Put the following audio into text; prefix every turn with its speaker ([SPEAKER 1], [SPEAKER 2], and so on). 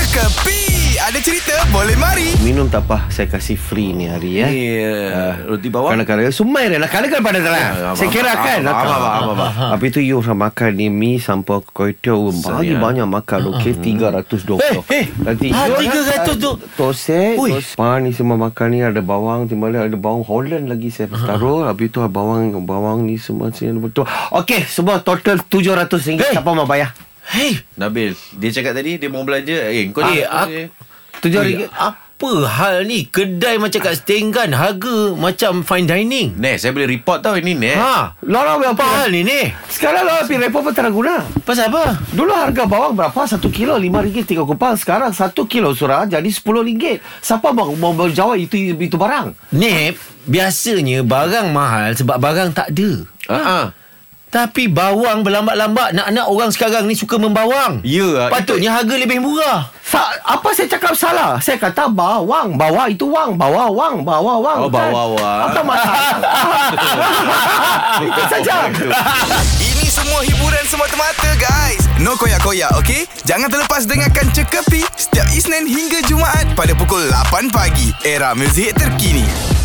[SPEAKER 1] Kepi Ada cerita boleh mari
[SPEAKER 2] Minum tak apa Saya kasih free ni hari ya.
[SPEAKER 3] Ya. Roti bawang.
[SPEAKER 2] Kadang-kadang Sumai dia nak kadakan pada
[SPEAKER 3] Ya,
[SPEAKER 2] tanah
[SPEAKER 3] abang.
[SPEAKER 2] Saya kira kan
[SPEAKER 3] Abang,
[SPEAKER 2] nakal.
[SPEAKER 3] abang, abang, abang.
[SPEAKER 2] Habis tu you orang makan ni Mi sampai koitiau Bagi
[SPEAKER 3] Saya.
[SPEAKER 2] banyak makan Okey 320
[SPEAKER 3] Eh, Hmm. eh.
[SPEAKER 2] Nanti
[SPEAKER 4] Ah,
[SPEAKER 2] you
[SPEAKER 4] 300 tu.
[SPEAKER 2] Tosek
[SPEAKER 3] Ui.
[SPEAKER 2] tosek. Pan ni semua makan ni Ada bawang Timbali ada bawang Holland lagi Saya
[SPEAKER 3] Ah.
[SPEAKER 2] taruh Habis tu bawang Bawang ni semua sini Betul Okey semua total 700 ringgit
[SPEAKER 4] Hey.
[SPEAKER 2] Siapa mau bayar
[SPEAKER 4] Hei,
[SPEAKER 3] Nabil, dia cakap tadi dia mau belanja. Eh, kau ni.
[SPEAKER 4] Ah,
[SPEAKER 3] aku-
[SPEAKER 2] 7
[SPEAKER 4] Ui,
[SPEAKER 2] ringgit
[SPEAKER 4] apa hal ni? Kedai macam kat Stenggan harga macam fine dining.
[SPEAKER 3] Nes, saya boleh report tau ini, Nes.
[SPEAKER 4] Ha.
[SPEAKER 2] Lorong yang
[SPEAKER 4] Apa hal ni ni?
[SPEAKER 2] Sekarang lah Pin Repo pun tak nak guna
[SPEAKER 4] Pasal apa?
[SPEAKER 2] Dulu harga bawang berapa? Satu kilo lima ringgit tiga kupang. Sekarang satu kilo surah jadi sepuluh ringgit. Siapa mau, mau berjawab itu itu barang?
[SPEAKER 4] Nip, biasanya barang mahal sebab barang tak ada.
[SPEAKER 3] Ha. ha.
[SPEAKER 4] Tapi bawang berlambat-lambat Nak-nak orang sekarang ni suka membawang
[SPEAKER 3] Ya,
[SPEAKER 4] Patutnya harga lebih murah
[SPEAKER 2] Sa- apa saya cakap salah? Saya kata bawang, bawa itu wang, bawa wang, bawa wang. Kan?
[SPEAKER 3] Oh, bawa wang.
[SPEAKER 2] Apa masalah? itu saja.
[SPEAKER 1] Ini semua hiburan semata-mata guys No koyak-koyak ok Jangan terlepas dengarkan Cekapi Setiap Isnin hingga Jumaat Pada pukul 8 pagi Era muzik terkini